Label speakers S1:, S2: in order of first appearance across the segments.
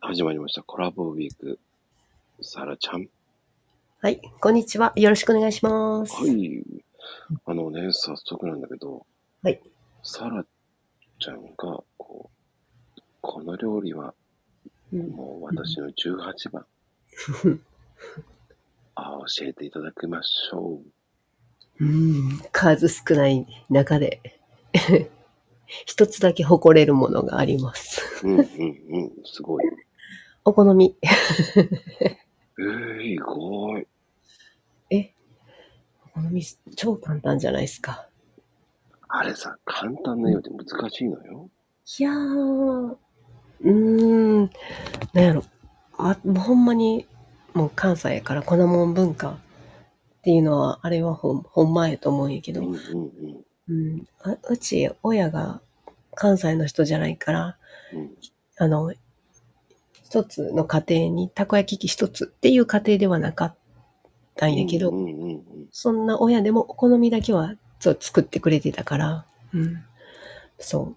S1: 始まりました。コラボウィーク。サラちゃん。
S2: はい、こんにちは。よろしくお願いします。
S1: はい。あのね、早速なんだけど、
S2: はい。
S1: サラちゃんが、こう、この料理は
S2: うん
S1: もう私の18番。あ教えていただきましょう。
S2: うん、数少ない中で、 一つだけ誇れるものがあります。
S1: うんうんうん、すごい。
S2: お好み。
S1: えー、意外。
S2: え、お好み、超簡単じゃないですか。
S1: あれさ、簡単なようで難しいのよ。
S2: いやー、うーん、なんやろ。あ、もうほんまに、もう関西やから粉もん文化っていうのは、あれはほん、ほんまやと思うんやけ
S1: う
S2: ど
S1: んう、んうん。
S2: うん、あうち親が関西の人じゃないから、
S1: うん、
S2: あの、一つの家庭にたこ焼き器一つっていう家庭ではなかったんやけど、
S1: うんうんうんうん。
S2: そんな親でもお好みだけはそう作ってくれてたから、うん。そ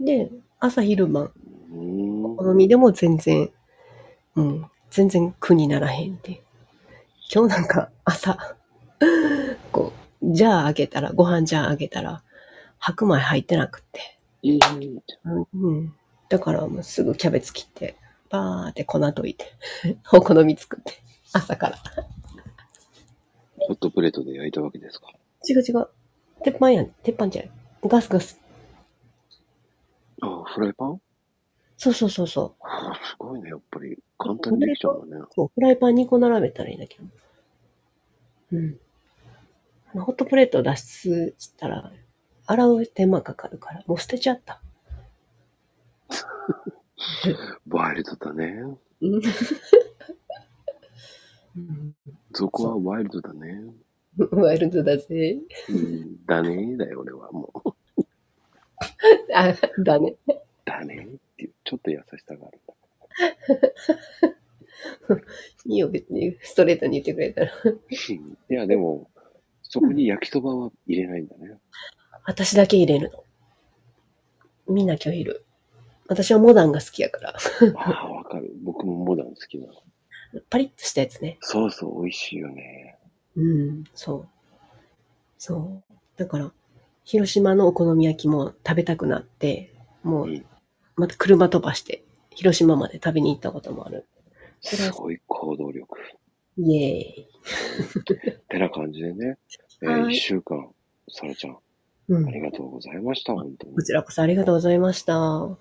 S2: う。で、朝昼晩、
S1: うん
S2: お好みでも全然、うん、全然苦にならへんって。今日なんか朝、 こう、ジャーあげたら、ご飯ジャーあげたら、白米入ってなくって。
S1: いい
S2: うん。だからもうすぐキャベツ切って、バーって粉溶いて、 お好み作って、朝から。
S1: ホットプレートで焼いたわけですか。
S2: 違う違う。鉄板やん。鉄板じゃない。ガスガス。
S1: あフライパン
S2: そうそうそうそう。
S1: あすごいね、やっぱり。簡単にできちゃうんだね。
S2: そうフライパン2個並べたらいいんだけど。うん。あのホットプレート脱出したら、洗う手間かかるから、もう捨てちゃった。
S1: ワイルドだね。
S2: うんうん。
S1: そこはワイルドだね。
S2: ワイルドだぜ。
S1: うん、だねだよ、俺はもう。
S2: あ、だね。
S1: だねっていう、ちょっと優しさがあるんだ。
S2: いいよ、別に。ストレートに言ってくれたら。
S1: うんいや、でも、そこに焼きそばは入れないんだね。
S2: 私だけ入れるの。みんな拒否る。私はモダンが好きやから。
S1: ああ、わかる。僕もモダン好きなの。
S2: パリッとしたやつね。
S1: そうそう、美味しいよね。
S2: うん、そう。そう。だから、広島のお好み焼きも食べたくなって、も
S1: う、
S2: うんまた車飛ばして、広島まで食べに行ったこともある。
S1: すごい行動力。
S2: イエーイ。
S1: てな感じでね、え
S2: は
S1: ー、
S2: い
S1: 一週間、サラちゃん、
S2: うん
S1: あ。りがとうございました、本当に
S2: こ。ちらこそありがとうございました。は